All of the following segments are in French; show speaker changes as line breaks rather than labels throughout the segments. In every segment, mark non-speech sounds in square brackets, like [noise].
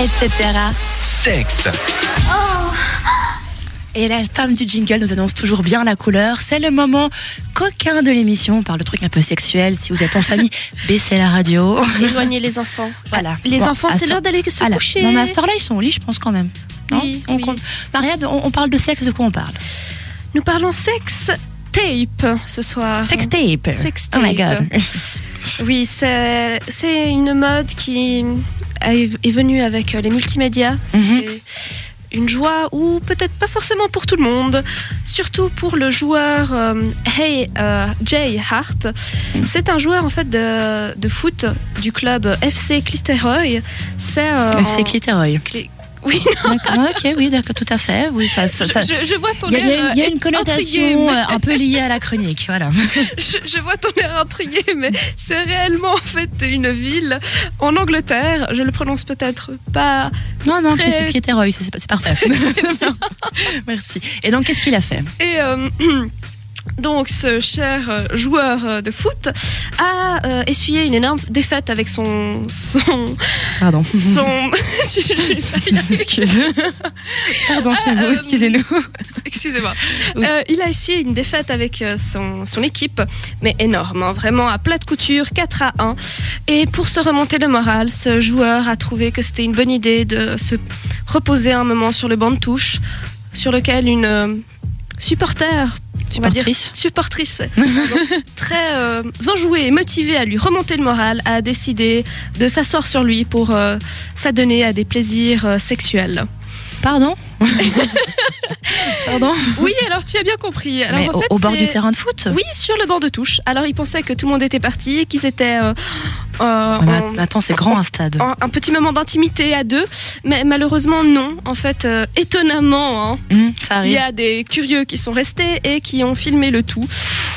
etc.
Sexe.
Et la femme du jingle nous annonce toujours bien la couleur. C'est le moment coquin de l'émission. On parle de trucs un peu sexuels. Si vous êtes en
[laughs]
famille, baissez la radio.
Éloigner les enfants.
Voilà.
Les
Bon,
enfants,
à
c'est
ce-
l'heure d'aller se
Ah là.
coucher.
Non, mais à cette heure-là, ils sont au lit, je pense quand même. Non
Oui,
on
oui.
compte- Marianne, on, on parle de sexe, de quoi on parle
Nous parlons sexe tape ce soir.
Sex tape.
Ah. Sex
Oh my
tape.
god.
Oui, c'est c'est une mode qui a- est venue avec euh, les multimédias.
Mhm.
C'est une joie ou peut-être pas forcément pour tout le monde, surtout pour le joueur euh, Hey euh, Jay Hart.
Mhm.
C'est un joueur en fait de, de foot du club FC Clitheroe. C'est euh,
FC
en-
Clitteroy.
Cli- Oui,
D'accord, ok, oui, d'accord, tout à fait. Oui, ça, ça, ça-
je, je vois ton
Il y, a- il y a-
air.
il y a une
intrigué,
connotation
mais-
euh, un peu liée à la chronique, voilà.
Je, je vois ton air intrigué, mais c'est réellement en fait une ville en Angleterre. Je le prononce peut-être pas.
Non, non,
Très-
Clit- Clitteroy, ça, c'est c'est
[laughs]
parfait. [laughs] Merci. Et donc, qu'est-ce qu'il a fait
Et euh, [clears throat] donc ce cher euh, joueur euh, de foot a euh, essuyé une énorme défaite avec son
[laughs]
son [laughs]
Pardon. [laughs]
son. je- je vais pas y arriver.
Excuse. Pardon chez vous,
euh,
excusez-nous.
Excusez-moi.
Oui.
Euh, il a essuyé une défaite avec euh, son, son équipe, mais énorme, hein, vraiment à plat de couture, 4 à 1. Et pour se remonter le moral, ce joueur a trouvé que c'était une bonne idée de se reposer un moment sur le banc de touche, sur lequel une euh, supporter, on va dire
Supportrice.
supportrice, [laughs] pardon, très euh, enjouée et motivée à lui remonter le moral, a décidé de s'asseoir sur lui pour euh, s'adonner à des plaisirs euh, sexuels.
Pardon Pardon
Oui, alors tu as bien compris. Alors,
Mais
en
au,
fait,
au bord du
c'est-
terrain de foot
Oui, sur le banc de touche. Alors, ils pensaient que tout le monde était parti, et qu'ils étaient euh, euh,
Ouais, Ah, mais
en-
Attends, c'est grand un stade.
en- un petit moment d'intimité à deux. Mais malheureusement, non. En fait, euh, étonnamment, hein,
Hum, ça
il y
arrive.
a des curieux qui sont restés et qui ont filmé le tout.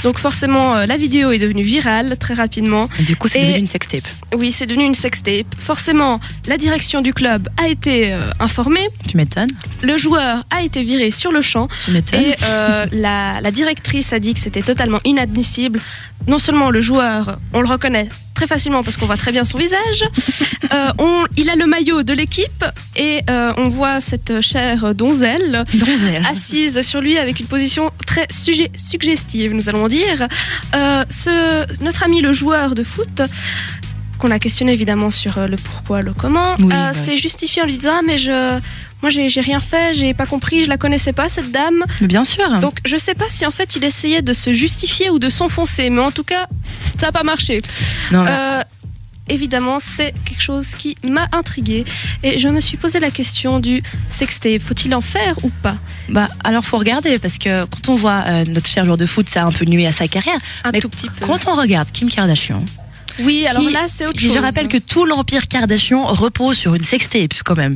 Donc, forcément, euh, la vidéo est devenue virale très rapidement.
Du coup, c'est
Et-
devenu une sextape.
Oui, c'est devenu une sextape. Forcément, la direction du club a été euh, informée.
Tu m'étonnes.
Le joueur a été viré sur le champ.
Tu m'étonnes.
Et euh, la, la directrice a dit que c'était totalement inadmissible. Non seulement le joueur, on le reconnaît très facilement parce qu'on voit très bien son visage,
[laughs]
euh, on, il a le maillot de l'équipe et euh, on voit cette chère donzelle [laughs]
Donzelle.
assise sur lui avec une position très sujet, suggestive, nous allons dire. Euh, ce, notre ami le joueur de foot, qu'on a questionné évidemment sur euh, le pourquoi, le comment,
Oui,
euh,
ouais.
s'est justifié en lui disant Ah, mais je. Moi, j'ai j'ai rien fait, j'ai pas compris, je la connaissais pas, cette dame.
Mais bien sûr.
Donc je sais pas si en fait il essayait de se justifier ou de s'enfoncer, mais en tout cas ça a pas marché.
Non, mais-
Euh, évidemment c'est quelque chose qui m'a intriguée et je me suis posé la question du sextape, faut-il en faire ou pas
Bah, alors faut regarder parce que quand on voit euh, notre cher joueur de foot, ça a un peu nué à sa carrière.
Un
Mais
tout petit peu.
Quand on regarde Kim Kardashian,
oui alors
qui-
là c'est autre
je
chose.
rappelle que tout l'empire Kardashian repose sur une sextape quand même.